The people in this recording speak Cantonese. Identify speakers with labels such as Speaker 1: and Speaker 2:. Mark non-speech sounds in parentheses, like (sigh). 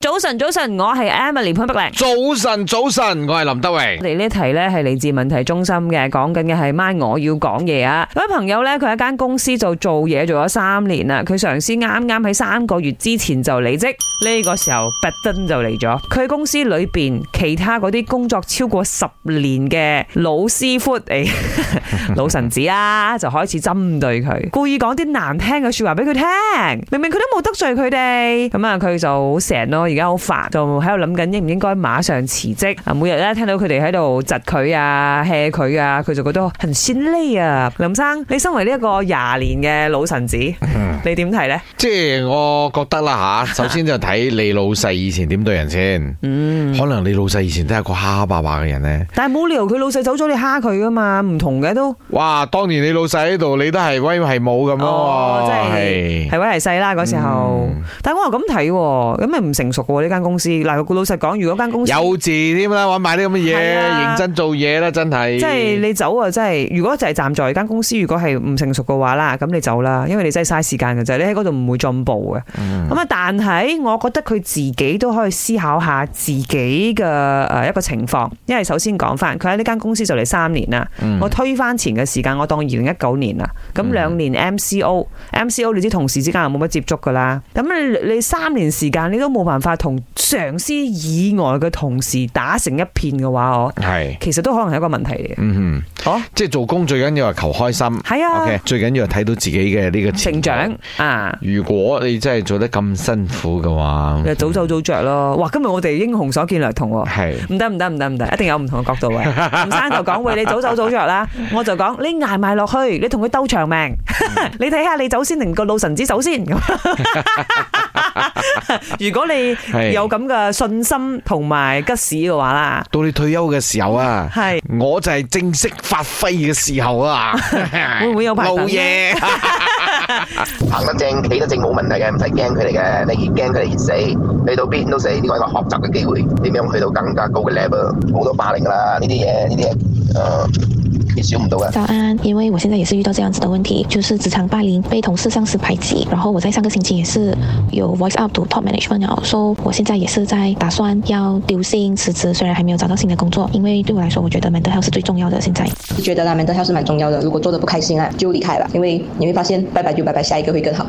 Speaker 1: 早晨，早晨，我係 Emily 潘碧玲。
Speaker 2: 早晨，早晨，我係林德榮
Speaker 1: 我。哋呢題呢係嚟自問題中心嘅，講緊嘅係 My 我要講嘢啊！有位朋友呢，佢喺間公司就做嘢做咗三年啦，佢上司啱啱喺三個月之前就離職，呢、個時候特登就嚟咗。佢公司裏邊其他嗰啲工作超過十年嘅老師傅嚟，老臣子啦，就開始針對佢，故意講啲難聽嘅説話俾佢聽。明明佢都冇得罪佢哋，咁啊佢就好成咯，而家好煩，就喺度諗緊應唔應該馬上辭職啊！每日咧聽到佢哋喺度窒佢啊、hea 佢啊，佢就覺得很酸呢啊！林生，你身為呢一個廿年嘅老臣子，你點睇呢？
Speaker 2: 即係我覺得啦吓，首先就睇你老細以前點對人先。
Speaker 1: 嗯，
Speaker 2: 可能你老細以前都係個蝦蝦霸霸嘅人呢。
Speaker 1: 但係冇理由佢老細走咗，你蝦佢噶嘛？唔同嘅都
Speaker 2: 哇，當年你老細喺度，你都係威係武咁咯，
Speaker 1: 哦真係係威係細啦嗰時候。但係我又咁睇喎，咁咪唔成熟喎呢間公司。嗱，老實講，如果間公司
Speaker 2: 有字添啦，玩埋啲咁嘅嘢，
Speaker 1: 係啊
Speaker 2: 認真做嘢啦，真係。
Speaker 1: 即係你走啊！真係，如果就係站在間公司，如果係唔成熟嘅話啦，咁你走啦，因為你真係嘥時間嘅啫。你喺嗰度唔會進步嘅。咁啊、但係我覺得佢自己都可以思考下自己嘅呃誒一個情況，因為首先講翻，佢喺呢間公司就嚟三年啦。
Speaker 2: 嗯
Speaker 1: 我推翻前嘅時間，我當二零一九年啦，咁兩年 MCO，MCO、你知同事之間又冇乜接觸噶啦，咁你你三年時間你都冇辦法同上司以外嘅同事打成一片嘅話，我
Speaker 2: 係，
Speaker 1: 其實都可能係一個問題嚟嘅。
Speaker 2: 嗯
Speaker 1: 哦
Speaker 2: 哼，即係做工最緊要係求開心。
Speaker 1: 係啊
Speaker 2: OK，最緊要係睇到自己嘅呢個
Speaker 1: 成長。啊！
Speaker 2: 如果你真係做得咁辛苦嘅話，
Speaker 1: 又早走早着咯，哇！今日我哋英雄所見略同喎，
Speaker 2: 係。
Speaker 1: 唔得唔得唔得唔得，一定有唔同嘅角度嘅。吳生就講喂，你早走早着啦，我就講你捱埋落去，你同佢鬥長命， (laughs) 你睇下你走先定個老臣子走先咁。如果你
Speaker 2: 係
Speaker 1: 有咁嘅信心同埋吉士嘅話啦，
Speaker 2: 到你退休嘅時候啊，
Speaker 1: 係
Speaker 2: 我就係正式發揮嘅時候啊！會
Speaker 1: (laughs) 唔會有排等呢
Speaker 2: (laughs) 老嘢？
Speaker 3: 行得正企得正冇問題嘅，唔使驚佢哋嘅。你越驚佢哋越死，去到邊都死。呢個係一個學習嘅機會，點樣去到更加高嘅 level？好多霸凌㗎啦，呢啲嘢呢啲嘢，呃，你少唔到嘅。
Speaker 4: 早安，因为我现在也是遇到这样子的问题，就是职场霸凌，被同事、上司排挤。然后我在上个星期也是有 voice up to top management 了，说我现在也是在打算要留薪辞职，虽然还没有找到新的工作，因为对我来说，我觉得 mental health 是最重要的。现在。
Speaker 5: 就觉得拉面的还是蛮重要的。如果做的不开心啊，就离开了，因为你会发现拜拜就拜拜，下一个会更好。